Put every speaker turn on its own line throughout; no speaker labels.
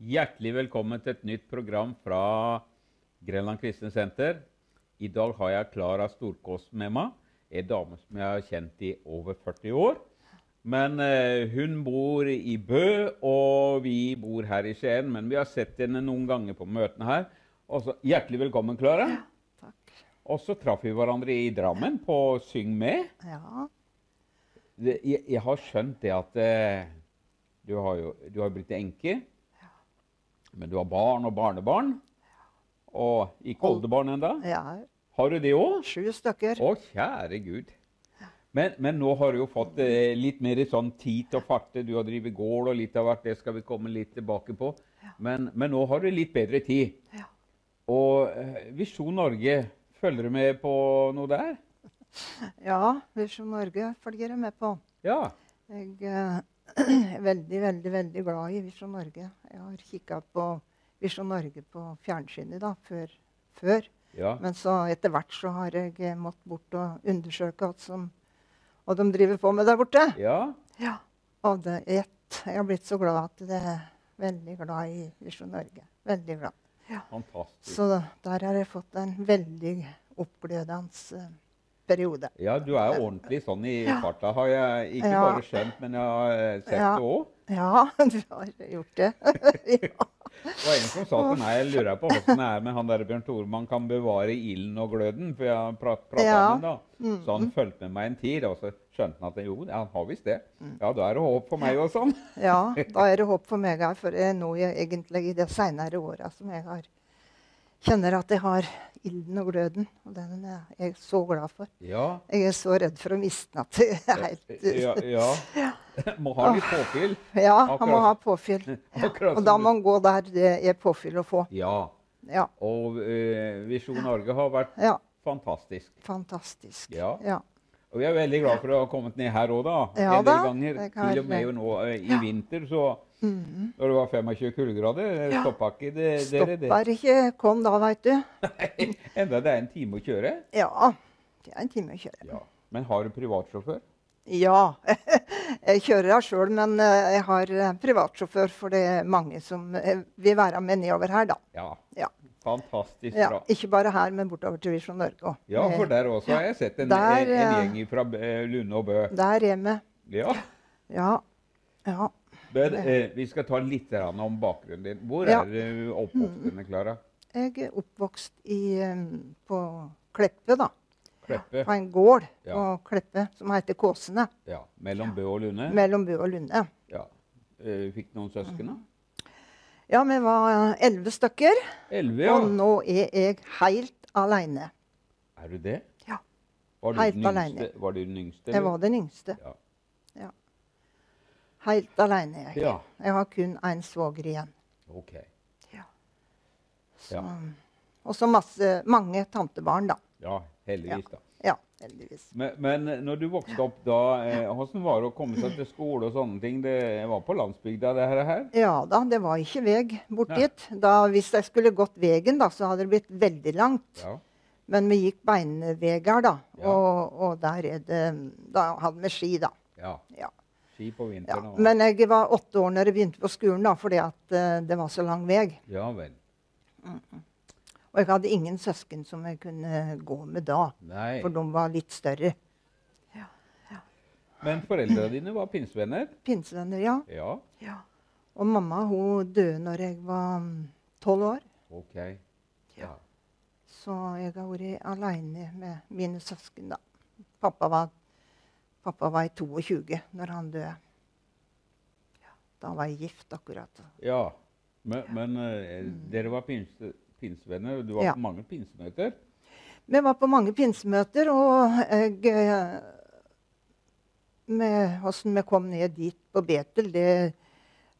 Hjertelig velkommen til et nytt program fra Grenland Kristne Senter. I dag har jeg Klara Storkås med meg, en dame som jeg har kjent i over 40 år. Men eh, hun bor i Bø, og vi bor her i Skien. Men vi har sett henne noen ganger på møtene her. Også, hjertelig velkommen, Klara.
Takk.
Og så traff vi hverandre i Drammen på Syng med.
Ja.
Det- Jeg, jeg har skjønt det at eh, du har jo du har blitt enke, men du har barn og barnebarn. Og ikke
Hold-
oldebarn enda.
ja.
Har du det òg?
Sju stykker.
Å, kjære gud. Men, men nå har du jo fått eh, litt mer sånn tid til å farte. Du har drevet gård og litt av hvert. Det skal vi komme litt tilbake på. Men, men nå har du litt bedre tid.
Ja.
Og eh, Visjon Norge, følger du med på noe der?
Ja, Visjon Norge følger jeg med på.
Ja.
Jeg eh, er veldig, veldig veldig glad i Visjon Norge. Jeg har kikka på Visjon Norge på fjernsynet da, før. før.
ja.
Men så etter hvert så har jeg eh, måttet bort og undersøke alt som og de driver på med der borte.
Ja.
Ja. Og det er ett. Jeg har blitt så glad at det er veldig glad i Visjon Norge. Veldig glad.
Fantastisk.
Så da- der har jeg fått en veldig oppglødende eh, periode.
Ja, du er ordentlig sånn i farta, har jeg ikke
Ja.
bare skjønt, men jeg har eh, sett
Ja.
det òg.
Ja, du har gjort det. ja.
Det var en som sa til meg, jeg lurer på hvordan det er med han der Bjørn Tore, man kan bevare ilden og gløden, for jeg har pra prata
Ja. Mm.
med ham, da. Så han fulgte med meg en tid, og så skjønte han at jo, han har visst det. Ja, da er det håp for meg og sånn.
Mm. ja, da er det håp for meg her, for det er nå jeg egentlig i de seinere åra som jeg har kjenner at jeg har ilden og gløden. Og den er jeg så glad for.
Ja.
Jeg er så redd for å miste den at det er helt
Ja, ja. Må ha litt påfyll.
Ja, han må
Akkurat.
ha påfyll.
Akkurat
Og
som
da
du-
må han gå der det er påfyll å få.
Ja.
Ja.
Og eh, Visjon Norge har vært
ja
fantastisk.
fantastisk.
Ja.
ja.
Og jeg er veldig glad for å ha kommet ned her òg, da.
Ja
en del
da,
ganger.
det kan
Til og med
være. Mm.
jo nå eh, i vinter, så Når det var 25 kuldegrader, eh, stoppa ikke det, dere det?
Stopper ikke kom da, veit du.
Enda det er en time å kjøre?
Ja. Det er en time å kjøre.
Ja. Men har du privatsjåfør?
Ja. Jeg kjører her sjøl, men eh, jeg har eh, privatsjåfør, for det er mange som eh, vil være med nedover her, da.
Ja.
Ja.
Fantastisk
ja.
bra.
Ikke bare her, men bortover til Visjon Norge òg.
Ja, for der også har jeg sett en,
Der,
en, en
eh,
gjeng fra Lunde og Bø.
Der er vi.
Ja.
Ja. ja.
Men eh, vi skal ta litt grann om bakgrunnen din. Hvor
Ja.
er du oppvokst, henne, Klara?
Jeg er oppvokst i, eh, på Kleppe, da.
Kleppe?
På en gård
Ja.
på Kleppe som heter Kåsene.
Ja. Mellom Bø og Lunde?
Mellom Bø og Lunde.
Ja. Eh, Fikk noen søsken,
Mm.
da?
Ja, vi var eh, elleve stykker,
Elleve, ja.
og nå er jeg helt aleine.
Er du det?
Ja.
Var du
Helt
den yngste?
alene.
Var du den yngste?
Jeg
eller?
var den yngste.
Ja.
Helt aleine, jeg.
Ja.
Jeg har kun én svoger igjen.
OK.
Ja.
Ja.
Så, um, Og så masse- mange tantebarn, da.
Ja, heldigvis, da.
Ja, heldigvis.
Men, men når du vokste opp da, eh, hvordan var det å komme seg til skole og sånne ting? Det var på landsbygda, det her? her.
Ja da, det var ikke vei bort
Nei.
dit. Da, hvis jeg skulle gått veien, da, så hadde det blitt veldig langt.
Ja.
Men vi gikk beinveier, da.
Ja.
Og, og der er det um, Da hadde vi ski, da.
ja.
Ja.
Ski på
ja.
vinteren og
Men jeg var åtte år når jeg begynte på skolen, da, fordi at eh, det var så lang vei.
Ja vel.
Og jeg hadde ingen søsken som jeg kunne gå med da,
Nei.
for de var litt større.
Men foreldra dine var pinsevenner?
Pinsevenner, ja.
Ja.
Og mamma hun døde når jeg var mm, tolv år.
OK. Ja.
Ja. Så jeg har vært aleine med mine søsken. da. Pappa var, pappa var i 22 når han døde. Ja, Da var jeg gift akkurat.
ja. Men, men eh, dere var pinse, pinsevenner, og du var
Ja.
på mange pinsemøter?
Vi var på mange pinsemøter, og jeg eh, med, Hvordan vi kom ned dit på Betel, det,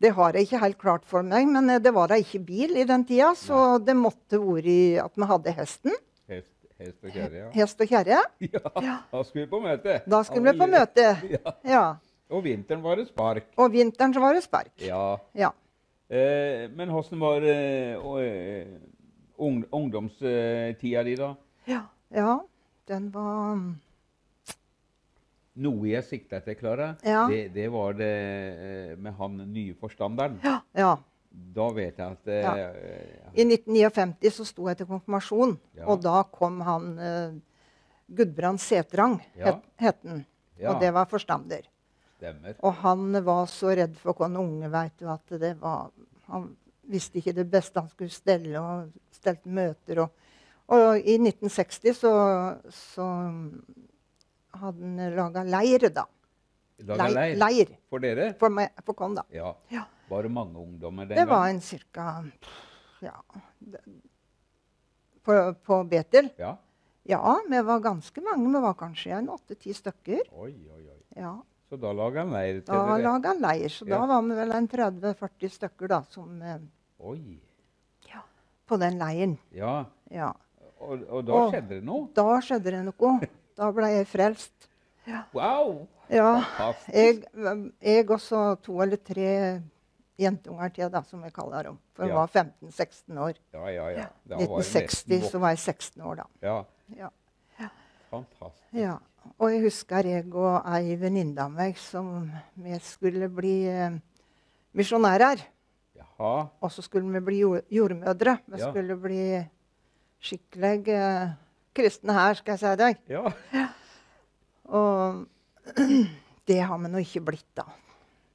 det har jeg ikke helt klart for meg. Men eh, det var da ikke bil i den tida, så det måtte vært at vi hadde hesten.
Hest, hest og kjerre? Ja.
Hest og kjerre.
ja. Da skulle vi på møte.
Da skulle vi på
Alle-
møte.
Ja.
Ja.
Og vinteren var det spark.
Og vinteren så var det spark.
Ja.
Ja.
Eh, men hvordan var eh, å, eh, ung, ungdomstida di, da?
Ja. ja. Den var
Noe jeg sikta etter, Klara,
Ja.
det, det var det eh, med han nye forstanderen.
Ja.
Da vet jeg at eh,
Ja.
eh,
I 1959 så sto jeg til konfirmasjon,
Ja.
og da kom han eh, Gudbrand Setrang,
Ja.
het, het han.
Ja,
Og det var forstander.
stemmer.
Og han var så redd for kone unge, vet du, at det var Han visste ikke det beste han skulle stelle, og stelte møter og Og i 1960 så, så hadde han laga leir, da.
Laga leir.
leir
For dere?
for, meg, for kon, da.
Ja.
Ja.
Var det mange ungdommer den
Det var en ca. Ja det- på, på Betel?
Ja.
Ja, vi var ganske mange. Vi var kanskje en åtte-ti stykker.
Oi, oi, oi.
Ja.
Så da laga han leir til
Da
dere?
laga han leir, så da
Ja.
var vi vel en 30-40 stykker da, som, eh,
Oi.
på den leiren.
Ja.
Ja.
Og, og da
Og-
skjedde det noe?
Da skjedde det noe. Da ble jeg frelst.
Wow!
Ja,
Fantastisk.
Ah, jeg, jeg og så to eller tre jentunger til, da, som jeg kaller dem. For jeg
Ja.
var 15-16 år.
Ja, ja, ja. Da var det nesten
1960
vok-
så var jeg 16 år, da.
Ja.
Ja.
Fantastisk.
Ja. Og jeg husker jeg og ei venninne av meg som vi skulle bli eh, misjonærer.
Jaha.
Og så skulle vi bli jord jordmødre. Vi
Ja.
skulle bli skikkelig eh, kristne her, skal jeg si deg.
Ja.
Og det har vi nå ikke blitt, da.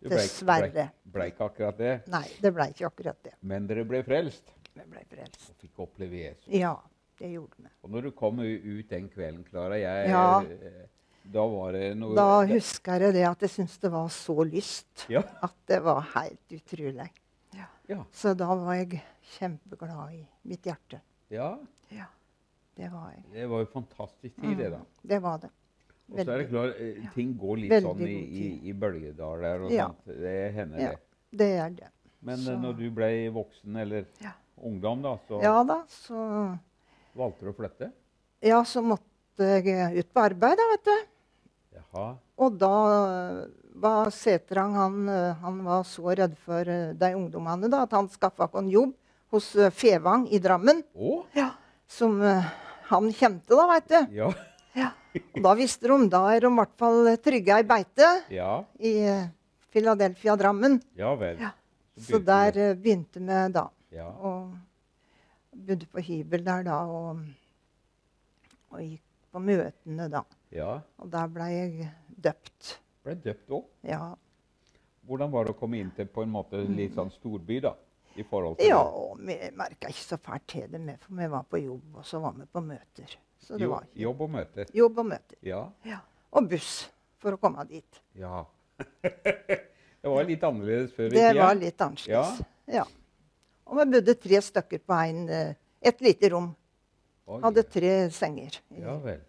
Det ble-
Dessverre.
Ble, ble ikke akkurat det.
Nei, det ble ikke akkurat det.
Men dere ble frelst
Vi ble frelst.
og fikk oppleve Jesus.
Ja, det gjorde vi.
Og når du kom u- ut den kvelden, Klara, jeg
Ja.
eh, Da var det noe
Da husker jeg det at jeg syntes det var så lyst.
Ja.
At det var helt utrolig.
Ja.
Så da var jeg kjempeglad i mitt hjerte.
ja.
Ja, det var jeg.
Det var jo fantastisk tid, det, da.
Det var det.
Og så er det
Mm, Veldig.
klart, eh, ting går litt
Veldig
sånn i,
god
i,
tid.
i bølgedaler og
Ja.
sånt. Det hender,
Ja.
det.
Det er det.
Men eh,
Så-
når du ble voksen, eller
Ja.
ungdom, da, så
Ja da, så
valgte du å flytte?
Ja, så måtte jeg ut på arbeid, da, vet du.
Jaha.
Og da øh, var Setrang han, øh, han var så redd for øh, de ungdommene da, at han skaffa oss en jobb hos øh, Fevang i Drammen.
Å?
Som øh, han kjente, da, veit du.
Ja.
Og da visste de da er de i hvert fall trygge i beite
Ja.
i øh, Philadelphia Drammen.
Ja vel.
Ja.
Så
Så
begynte
der
du-
øh, begynte vi da.
Ja.
Og bodde på hybel der da, og, og gikk på møtene da.
ja.
Og der ble jeg døpt.
Ble døpt òg.
Ja,
Hvordan var det å komme inn til på en måte litt sånn storby, da? I forhold til
ja og vi merka ikke så fælt til det, med, for vi var på jobb, og så var vi på møter. Så det
jo,
var
jobb og møter?
jobb og møter.
Ja.
Ja. Og buss for å komme dit.
ja. det var litt annerledes før i
Det
tida.
var litt annerledes. Ja. Og vi bodde tre stykker på en, eh, et lite rom.
Oi.
Hadde tre senger. i-
Ja vel.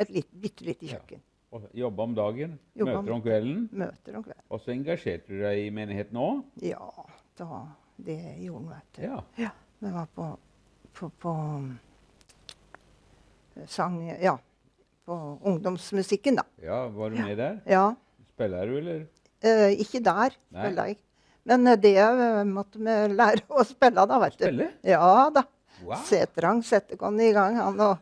Et lit- bitte lite
Ja.
kjøkken.
Og Jobba om dagen,
Jobba om-
møter om kvelden.
Møter om kvelden.
Og så engasjerte du deg i menigheten òg?
Ja, da, det gjorde vi, vet du.
Ja.
Ja, vi var på, på, på eh, sang Ja, på ungdomsmusikken, da.
ja. Var du med der?
Ja,
Spiller du, eller?
eh, Ikke der,
Nei.
spilla jeg. Men eh, det eh, måtte vi lære å spille, da, vet du.
Spille?
Ja da.
Wow.
Setrang sette oss i gang, han, og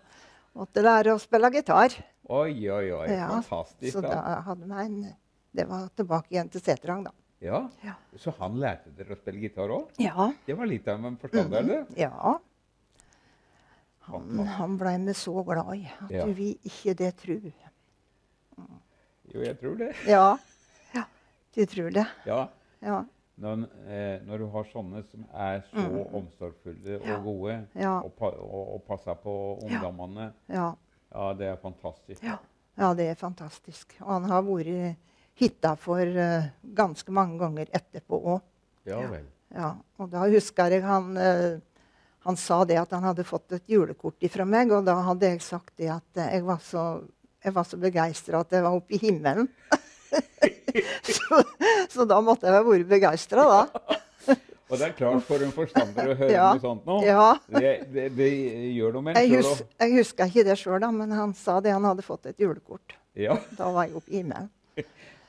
måtte lære å spille gitar.
Oi, oi, oi.
Ja,
Fantastisk.
Så da
Da.
hadde vi en Det var tilbake igjen til Setrang, da.
Ja.
Ja.
Så han lærte dere å spille gitar òg?
Ja.
Det var litt av en forstander,
Mhm.
det.
ja. Han,
Fantastisk.
han blei vi så glad i at
Ja.
vi ikke det tror.
Jo, jeg tror det.
Ja. ja. Du tror det.
Ja.
Ja.
Når, eh, når du har sånne som er så omsorgsfulle og gode,
Mm. Ja.
og, pa og, og passer på ungdommene,
Ja.
ja, det er fantastisk.
ja. ja, det er fantastisk. Og han har vært hitta for eh, ganske mange ganger etterpå òg.
Ja vel.
Ja. Og da husker jeg han, eh, han sa det at han hadde fått et julekort ifra meg, og da hadde jeg sagt det at eh, jeg var så, jeg var så begeistra at jeg var oppe i himmelen. så, så da måtte jeg ha vært begeistra, da.
Og det er klart for en forstander å høre
Ja.
noe sånt nå.
Ja.
Det, det, det gjør noe med en
Jeg,
sjøl
hus, jeg husker ikke det sjøl, men han sa det. Han hadde fått et julekort.
Ja.
Da var jeg oppe i himmelen.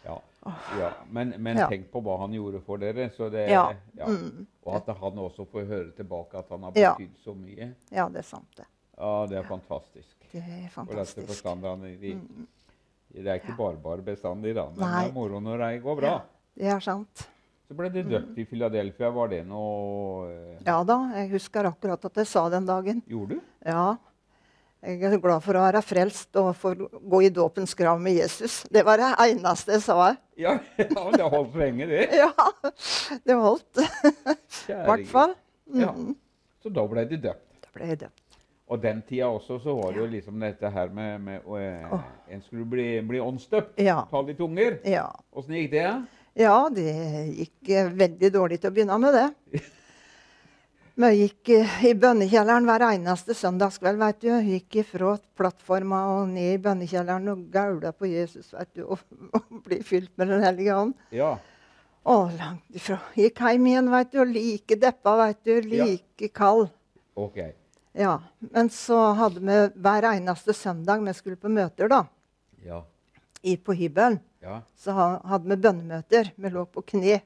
Ja. ja. Men, men
Ja.
tenk på hva han gjorde for dere. Så det,
Ja.
ja.
Mm.
Og at han også får høre tilbake at han har
Ja.
betydd så mye.
Ja, det er sant, det. Ja.
Ja, det er fantastisk.
Det er
Og dette
fantastisk. Mm.
forstanderne, de, det er ikke bare bare bestandig, da. Men
Nei.
det er moro når det går bra.
Det er sant.
Så ble det døpt i Philadelphia. Var det noe eh,
Ja da, jeg husker akkurat at jeg sa den dagen.
Gjorde du?
Ja. Jeg er glad for å være frelst og for å gå i dåpens grav med Jesus. Det var det eneste jeg sa.
Ja, ja men det holdt for lenge, det.
Ja, det holdt. I
Kjære
hvert
Gud.
fall.
Ja.
Mhm.
Så da ble det døpt.
Da ble jeg døpt.
Og den tida også så var det jo liksom dette her med, med å, eh,
Åh.
En skulle bli, bli åndsdøpt.
Ja.
Tall i tunger.
ja.
Åssen gikk det?
Ja, det gikk eh, veldig dårlig til å begynne med, det. Men jeg gikk eh, i bønnekjelleren hver eneste søndagskveld. Vet du. Gikk ifra plattforma og ned i bønnekjelleren og gaula på Jesus vet du, og, og ble fylt med Den hellige ånd.
Ja.
Å, langt ifra. Gikk hjem igjen, vet du, og like deppa, vet du.
Ja.
Like kald.
OK.
Ja. Men så hadde vi hver eneste søndag vi skulle på møter, da,
Ja.
i, på hybelen,
Ja.
så ha, hadde vi bønnemøter. Vi lå på kne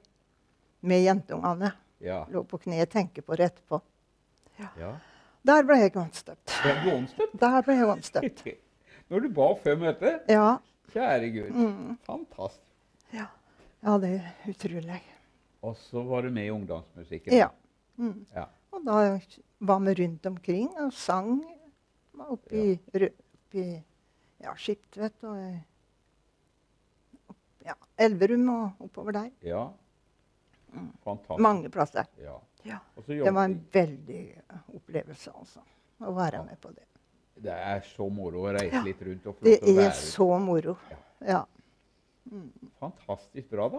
med jentungene.
Ja.
Lå på kne og tenkte på det etterpå.
ja.
Der ble jeg vannstøpt.
Ble du åndsdøpt?
Der ble jeg vannstøpt.
Når du ba før møtet?
Ja.
Kjære Gud.
Mm.
Fantastisk.
ja, det er utrolig.
Og så var du med i ungdomsmusikken.
Ja. Mm.
Ja.
Og da var vi rundt omkring og sang oppi, ja. oppi ja, Skiptvet og eh, opp, ja, Elverum og oppover der.
Ja. Fantastisk.
Mm. Mange plasser.
Ja.
Ja.
Og så
Det
jobbet
var en veldig opplevelse, altså. Å være med på det.
Det er så moro å reise
Ja.
litt rundt og få
Det
lov til å
er
være
så moro. Ja.
Fantastisk bra, da.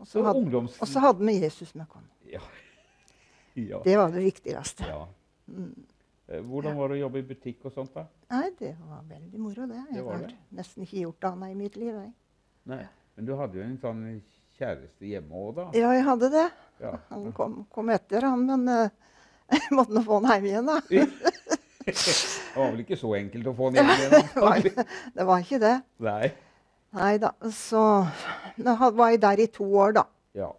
Og så
Så
hadde,
ungdoms...
og så hadde vi Jesus med oss.
Ja. ja.
Det var det viktigste.
ja.
Mm.
Eh, Hvordan var det å jobbe i butikk og sånt, da?
Nei, det var veldig moro, det. Jeg
Det var
har
det.
nesten ikke gjort annet i mitt liv. Jeg.
Nei. Men du hadde jo en sånn kjæreste hjemme òg, da.
Ja, jeg hadde det.
Ah. Ja.
Han kom, kom etter, han, men eh, jeg måtte nå få han hjem igjen, da.
Det var vel ikke så enkelt å få den hjem igjen? antagelig.
Det var ikke det.
Nei.
Nei da. Så nå had- var jeg der i to år, da.
Ja.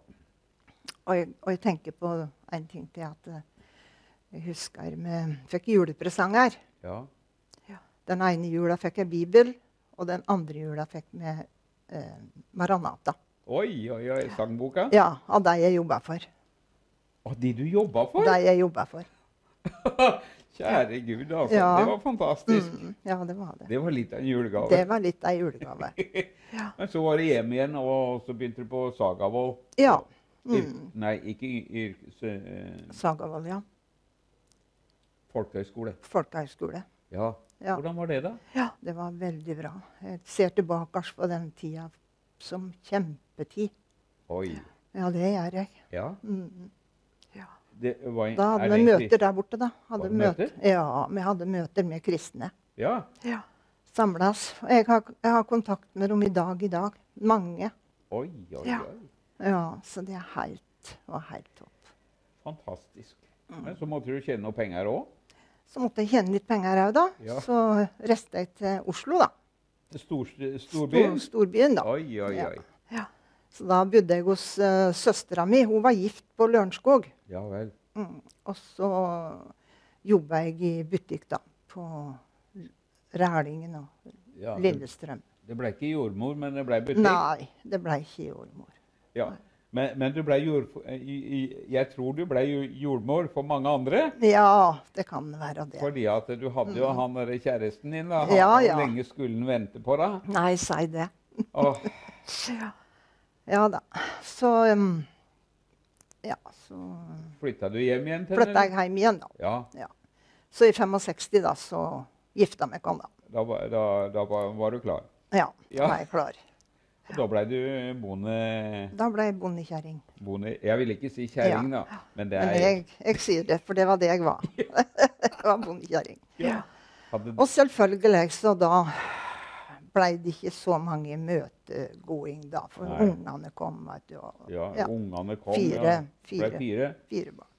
Og jeg, og jeg tenker på en ting til at eh, jeg husker vi fikk julepresanger.
Ja.
Den ene jula fikk jeg Bibel, og den andre jula fikk vi eh, Maranata.
Oi, oi, oi. Sangboka?
Ja, av de jeg jobba for.
Å, de du jobba for?
De jeg jobba for.
Kjære Gud, altså.
Ja.
Det var fantastisk.
Mm, ja, det var det.
Det var litt av en julegave.
Det var litt ei julegave.
Men så var det hjem igjen, og så begynte du på Sagavold.
Ja.
Yr-
Mm.
Nei, ikke y- yrkes... Eh,
Sagavold, ja.
folkehøyskole.
Folkehøgskole.
Ja.
Ja.
Hvordan var det, da?
ja, det var veldig bra. Jeg ser tilbake på den tida som kjempetid.
Oi.
Ja, det gjør jeg.
Ja.
Mm.
Det var en,
Da hadde
er
vi
det en
møter der borte, da.
Var
Hadde
det
møter?
møter?
Ja, vi hadde møter med kristne.
krist- Ja.
Ja. Samles. Og Jeg har, jeg har kontakt med dem i dag i dag. Mange.
Oi, oi,
Ja.
oi.
Ja, så det er helt, var helt topp.
Fantastisk.
Mm.
Men så måtte du tjene noe penger òg.
Så måtte jeg tjene litt penger òg, da.
Ja.
Så reiste jeg til Oslo, da.
Stor, storbyen?
Stor, storbyen, da.
Oi, oi,
Ja.
oi.
Så da bodde jeg hos uh, søstera mi. Hun var gift på Lørenskog.
Ja vel.
Mm. Og så jobba jeg i butikk, da. På Rælingen og
Ja.
Lillestrøm.
Det ble ikke jordmor, men det ble butikk.
Nei, det ble ikke jordmor.
Ja. Men, men du ble jord... eh, i- i- Jeg tror du ble jo- jordmor for mange andre.
Ja, det kan være det.
Fordi at du hadde jo han der kjæresten din. da. Han,
Ja,
hvor
ja.
lenge skulle han vente på deg?
Nei, si det.
Åh,
Ja da. Så um, Ja, så
flytta du hjem igjen til
flytta jeg hjem igjen, da.
Ja,
Så i 65 da, så gifta meg oss, da.
da, var- da, da var, var du klar.
Ja,
Ja.
da var jeg klar.
Og da blei du bonde...
Da ble jeg bondekjerring.
bonde jeg vil ikke si kjerring,
Ja.
da. Men det
Men
er
jeg, jeg sier det, for det var det jeg var. jeg var bondekjerring.
Ja. hadde,
Og selvfølgelig, så da ble det ikke så mange møtegåing, da. For
Nei.
ungene kom, vet du. Og
ja,
ja.
Ungene kom.
fire,
ja. Ble
fire,
fire.
fire barn.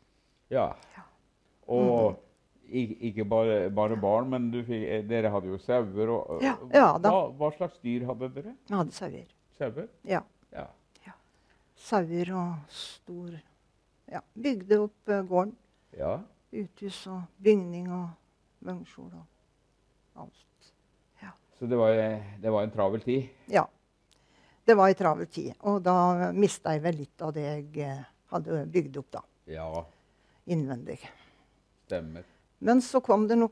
Ja.
Mm.
Og ik- ikke bare, bare barn, men du fikk, eh, dere hadde jo sauer og
Ja, ja da.
Hva, hva slags dyr hadde dere?
Vi hadde sauer.
Sauer?
Ja.
Ja.
Sauer og stor Ja, bygde opp eh, gården.
ja.
Uthus og bygning og vognkjol og alt.
Så det var, eh, det var en travel tid.
Ja. Det var ei travel tid. Og da mista jeg vel litt av det jeg eh, hadde bygd opp da,
Ja,
innvendig.
stemmer.
Men så kom det noe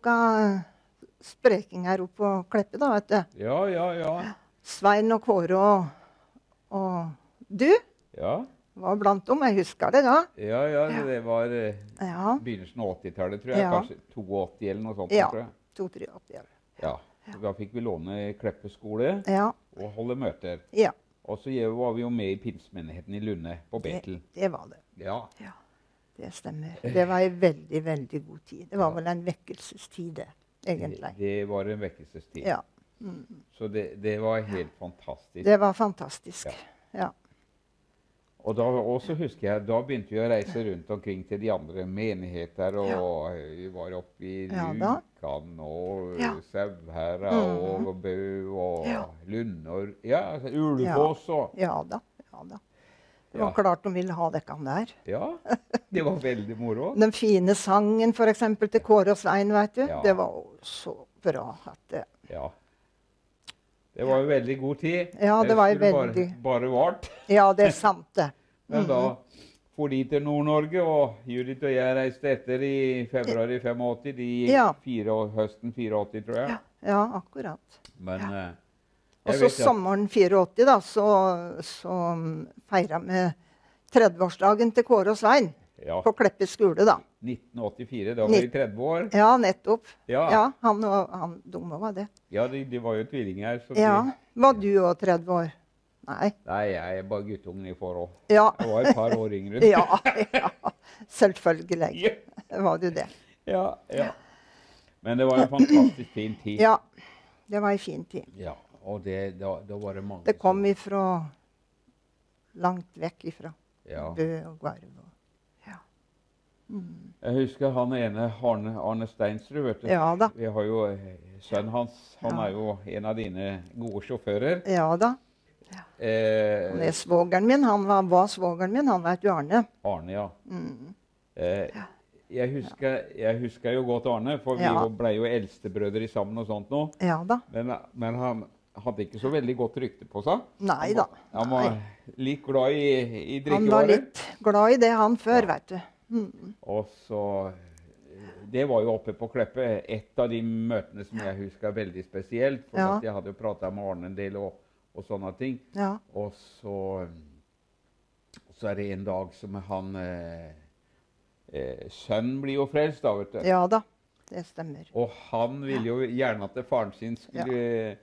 sprekinger opp på Kleppe, da, vet du.
Ja, ja, ja.
Svein og Kåre og, og du
Ja,
var blant dem. Jeg husker det da.
ja, ja det var eh,
Ja.
begynnelsen av 80-tallet, tror jeg.
Ja.
Kanskje 82 eller noe sånt.
Ja.
tror jeg.
To, tre, åtte, ja.
Ja. Så da fikk vi låne Kleppe skole
Ja.
og holde møter.
ja.
Og så je- var vi jo med i pinsemenigheten i Lunde, på
Det,
Betel.
det var det.
Ja.
Det stemmer. Det var ei veldig, veldig god tid. Det var
Ja.
vel en vekkelsestid, det,
Det,
egentlig.
det var en vekkelsestid.
Ja.
Så det, det var helt fantastisk.
Det var fantastisk. Ja.
Og da også husker jeg, da begynte vi å reise rundt omkring til de andre menigheter. Og vi var oppe i
Ja da.
Rjukan og
Ja. Mm.
Sauherad og Bø og
Ja.
Lunde og ja, altså, Ulvås og
ja da. Ja da. Det
ja.
var klart de ville ha dere der.
ja. Det var veldig moro.
Den fine sangen for eksempel, til Kåre og Svein, vet du.
Ja.
Det var jo så bra. At, eh,
Ja. Det var jo veldig god tid.
Ja, det var jo
skulle
veldig- Mm-hmm.
Bare, bare vart.
ja, det er sant, det.
Men da for de til Nord-Norge, og Judith og jeg reiste etter i februar i 85. De gikk
Ja.
fire, høsten 84, tror jeg.
Ja, akkurat.
Men eh,
Og
jeg vet
så
jo at-
sommeren 84, da, så, så mm, feira vi 30-årsdagen til Kåre og Svein
ja,
på Kleppe skole, da.
1984, da var de 30 år.
Ja, nettopp.
Ja, ja.
Ja, han og han dumme var det.
de, de var jo tvillinger. Så
Ja.
de,
Var du òg 30 år? Nei.
nei, jeg er bare guttungen i forhold.
Ja.
Jeg var et par år yngre.
Ja. ja. Selvfølgelig
ja,
var du det.
ja, ja. Men det var en fantastisk fin tid.
Ja. Det var ei fin tid.
Ja, og det, da, da var det mange
Det kom
som-
ifra langt vekk ifra.
ja.
Bø og Gvarv og
Jeg husker han ene, Arne, Arne Steinsrud. vet du.
Ja da.
Vi har jo eh, sønnen hans. Han
Ja.
er jo en av dine gode sjåfører.
Ja da. Han
Eh,
er svogeren min. Han var, var svogeren min, han veit du, Arne.
Arne, ja.
Mm.
Eh, jeg, husker, jeg husker jo godt Arne, for vi
Ja.
jo ble jo eldstebrødre sammen og sånt nå.
Ja da.
Men, men han hadde ikke så veldig godt rykte på seg.
Nei
han,
da.
var- Han var litt glad i, i
Han var
drikkevarer.
litt glad i det, han før,
Ja.
veit du. Mm.
Og så eh, Det var jo oppe på Kleppe. Et av de møtene som jeg husker veldig spesielt. For
Ja.
at jeg hadde jo prata med Arne en del og, og sånne ting.
Ja.
Og så, eh, så er det en dag som han eh, eh, Sønnen blir jo frelst, da, vet du.
ja da. Det stemmer.
Og han ville jo gjerne at faren sin skulle eh,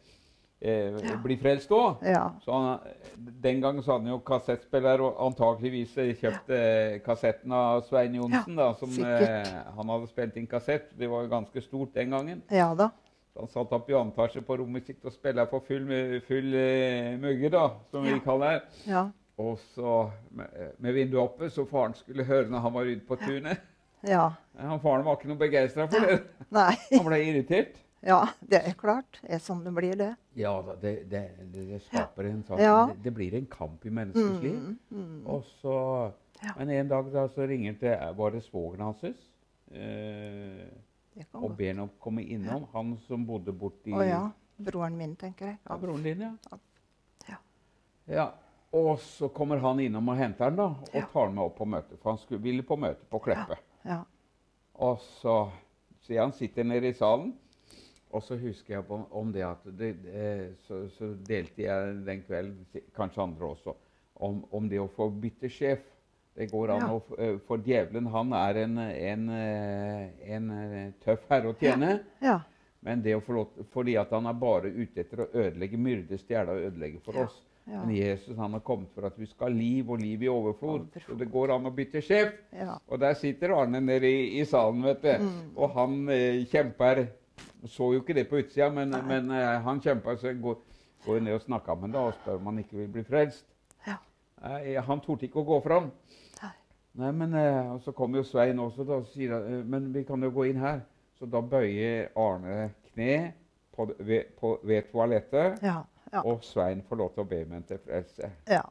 eh, bli frelst òg.
Ja.
Så han, Den gangen så hadde han jo kassettspiller og antakeligvis eh, kjøpt eh, kassetten av Svein Johnsen. da, som
sikkert.
eh, Han hadde spilt inn kassett. Det var jo ganske stort den gangen.
Ja da.
Så han satt opp i antasje på rommet sitt og spilte for full, mu- full eh, mugge, da, som
Ja.
vi kaller det.
Ja.
Og så med, eh, med vinduet oppe, så faren skulle høre når han var ute på tunet.
ja.
Han Faren var ikke noe begeistra for det.
Nei.
Han ble irritert.
Ja, det er klart. Det er sånn det blir, det.
Ja da, det, det, det, det skaper en sånn
Ja.
det, det blir en kamp i menneskets liv.
mm.
Og så,
Ja.
Men en dag da så ringer det er- var det svogeren hans eh,
Det kan
og
gå.
ber ham komme innom. Han som bodde borti
Å ja. Broren min, tenker jeg.
ja, broren din, ja.
Ja.
ja. Og så kommer han innom og henter han da, og
Ja.
tar han med opp på møte. For han skulle, ville på møte på Kleppe.
Ja.
Og så ser jeg han sitter nede i salen. Og så husker jeg på, om det at det, eh, så, så delte jeg den kvelden, si- kanskje andre også, om, om det å få bytte sjef. Det går an
Ja.
å f- eh, For djevelen, han er en, en, eh, en eh, tøff herre å tjene.
ja.
Men det å få lov, fordi at han er bare ute etter å ødelegge, myrde, stjele og ødelegge for
Ja,
oss.
ja.
Men Jesus han har kommet for at vi skal ha liv, og liv i overflod. Så
Overflod.
det går an å bytte sjef.
Ja.
Og der sitter Arne nede i, i salen, vet du.
Mm.
Og han eh, kjemper Så jo ikke det på utsida, men, men eh, han kjemper. Så jeg går, går jeg ned og snakker med ham da, og spør om han ikke vil bli frelst.
Ja.
Nei, han torde ikke å gå fram.
Nei.
Nei, men eh, og Så kom jo Svein også, da, og sier han, eh, men vi kan jo gå inn her. Så da bøyer Arne kne på, d- ved, på, ved toalettet,
Ja. Ja.
og Svein får lov til å be med en til frelse.
ja.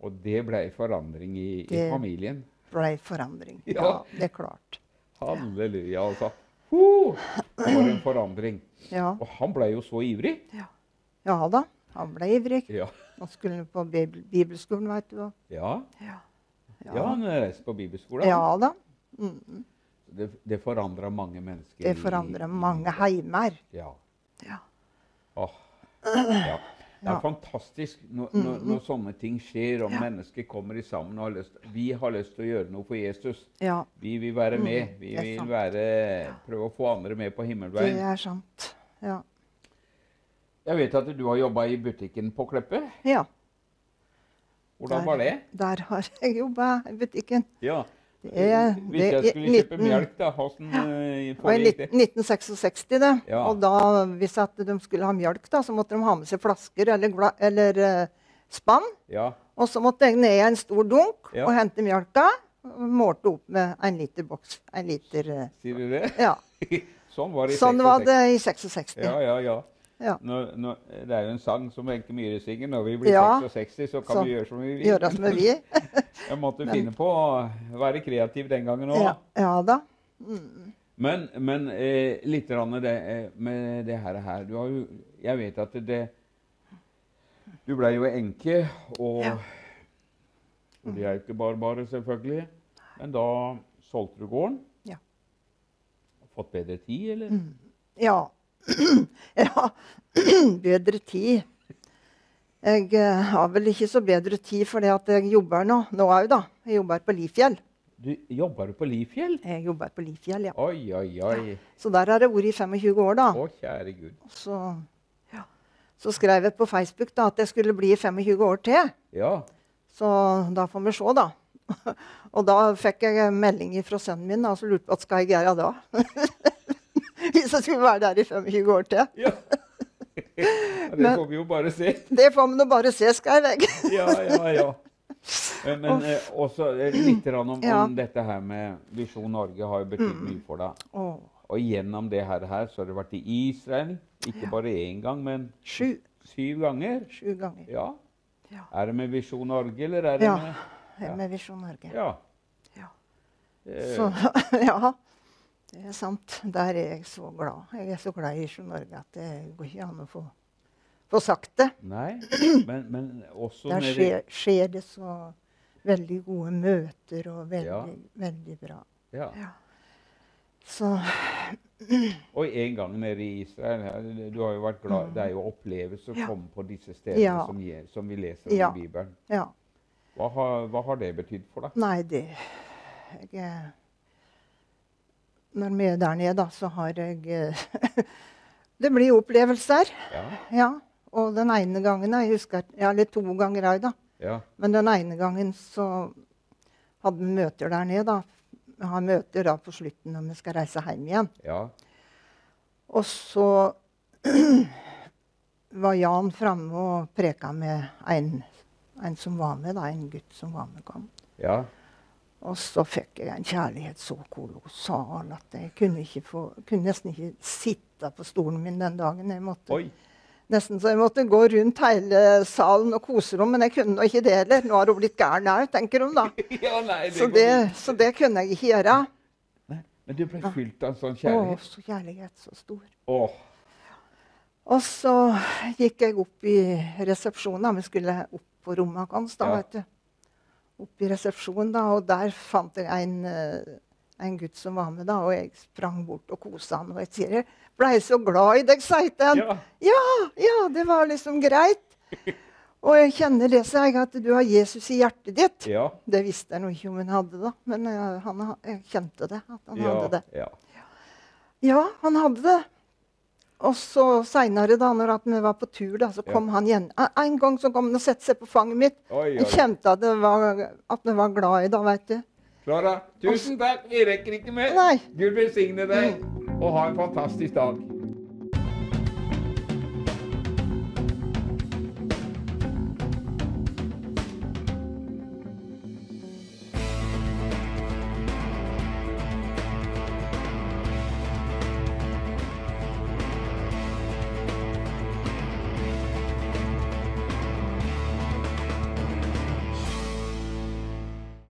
Og det ble forandring i, i
Det-
familien.
Blei forandring.
Ja.
Ja. det er klart.
Halleluja, altså. Huh! For en forandring.
Ja.
Og han ble jo så ivrig.
ja da. Han ble ivrig.
Ja.
Man skulle på bibel bibelskolen, veit du. og-
Ja,
Ja.
ja. han reiste på bibelskolen.
Ja da. Mm.
Det, det forandra mange mennesker.
Det
i-
forandrer mange heimer.
Ja.
Ja.
Åh, ja. Det er
Ja. Mm,
fantastisk når, når, når sånne ting skjer, og
Ja.
mennesker kommer i sammen og har lyst, vi har lyst til å gjøre noe for Jesus.
ja.
Vi vil være
Mm,
med. Vi
det er
vil
sant.
være, prøve å få andre med på
Det
himmelveien.
er sant. Ja.
Jeg vet at du har jobba i butikken på Kleppe.
ja.
Hvordan
Der-
var det?
Der har jeg jobba i butikken.
Ja.
Det er-
Eh, Hvis
det
jeg
er
skulle kjøpe
19
melk, da, hvordan eh,
Det var i
foregikk det?
1966, det.
Ja.
Og da, hvis at de skulle ha mjølk, da, så måtte de ha med seg flasker eller, gla eller eh, spann.
Ja,
Og så måtte jeg ned i en stor dunk
Ja.
og hente mjølka. og Målte opp med en liter boks. En liter eh,
sier du det?
Ja.
Sånn var det i
Sånn var
66.
det i 66.
Ja, ja, ja.
Ja.
Når, når, det er jo en sang som Wenche Myhre synger. Når vi blir
Ja.
66, så kan
Så
vi gjøre som vi vil.
Gjøre som vi vil.
Jeg måtte finne på å være kreativ den gangen òg.
Ja, ja da. Mm.
Men, men eh, litt grann det, eh, med det her, her. Du har jo, Jeg vet at det Du blei jo enke, og,
Ja.
og det er jo ikke bare bare, selvfølgelig. Men da solgte du gården.
Ja. Mm.
Fått bedre tid, eller?
Ja. ja. bedre tid. Jeg eh, har vel ikke så bedre tid fordi at jeg jobber nå. Nå òg, da. Jeg jobber på Lifjell.
Du jobba du på Lifjell?
Jeg jobber på Lifjell, ja.
Oi, oi, oi.
Så der har jeg vært i 25 år, da.
Å, kjære gud.
Så, ja. så skrev jeg på Facebook da, at jeg skulle bli i 25 år til.
Ja.
Så da får vi se, da. Og da fikk jeg en melding fra sønnen min og lurte på hva skal jeg gjøre da. Hvis jeg skulle være der i 25 år til.
ja. Ja, Det
Men-
får vi jo bare se.
Det får vi nå bare se, skrev jeg.
ja, ja, ja. Eh, Men eh, også eh, litt grann om,
Ja. Mm.
om dette her med Visjon Norge har jo betydd mye for deg.
Åh,
Og gjennom det her, her så har du vært i Israel, ikke bare én gang, men
sju,
syv ganger.
sju ganger.
Ja.
Ja.
Er det med Visjon Norge, eller er det
Ja.
med
Det Med Visjon Norge.
Ja.
Ja.
Eh,
Så ja, det er sant. Der er jeg så glad. Jeg er så glad i Visjon Norge at det går ikke an å få, få sagt det.
Nei, men, men også
Der
nede-
skjer, skjer det så veldig gode møter og veldig,
Ja.
veldig bra.
ja.
Ja. Så
Og en gang nede i Israel. her, Du har jo vært glad Det er jo opplevelse å
Mm. Ja.
komme på disse stedene
Ja.
som, je- som vi leser om
Ja.
i Bibelen.
ja.
Hva har, hva har det betydd for deg?
Nei, det jeg, eh, Når vi er der nede, da, så har jeg eh, Det blir opplevelser,
Ja,
ja. Og den ene gangen jeg husker, ja, Eller to ganger òg, da.
ja.
Men den ene gangen så hadde vi møter der nede. da. Vi har møter da på slutten når vi skal reise hjem igjen.
Ja.
Og så var Jan framme og preka med en, en som var med, da, en gutt som var med. Kom.
Ja.
Og så fikk jeg en kjærlighet så kolossal at jeg kunne, ikke få, kunne nesten ikke sitte på stolen min den dagen. Jeg måtte,
Oi.
nesten så jeg måtte gå rundt hele salen og kose dem, men jeg kunne nå ikke det heller. Nå har hun blitt gæren òg, tenker hun da.
ja, nei, det
Så
går
det,
ikke.
så det kunne jeg ikke gjøre.
Nei, Men du ble fylt av en sånn
Å,
kjærlighet.
så kjærlighet så stor.
Åh.
Og så gikk jeg opp i resepsjonen. da. Vi skulle opp på rommet hans. da,
Ja.
vet du. Opp i resepsjonen, da, og der fant jeg en, eh, en gutt som var med. da, Og jeg sprang bort og kosa han. Og jeg sier, jeg blei så glad i deg, sa jeg til han.
Ja.
Ja, ja, det var liksom greit. Og jeg kjenner det, sa jeg, at du har Jesus i hjertet ditt.
Ja.
Det visste jeg nå ikke om han hadde, da, men eh, han, ha- jeg kjente det. at han
ja.
hadde det.
ja.
Ja, han hadde det. Og så seinere, da når at vi var på tur, da, så
Ja.
kom han igjen. En- En gang så kom han og satte seg på fanget mitt.
Oi,
Jeg
oi.
kjente at, det var, at vi var glad i det, veit du.
Klara, tusen takk. Vi rekker ikke mer.
Nei. Mm.
Gud velsigne deg, og ha en fantastisk dag.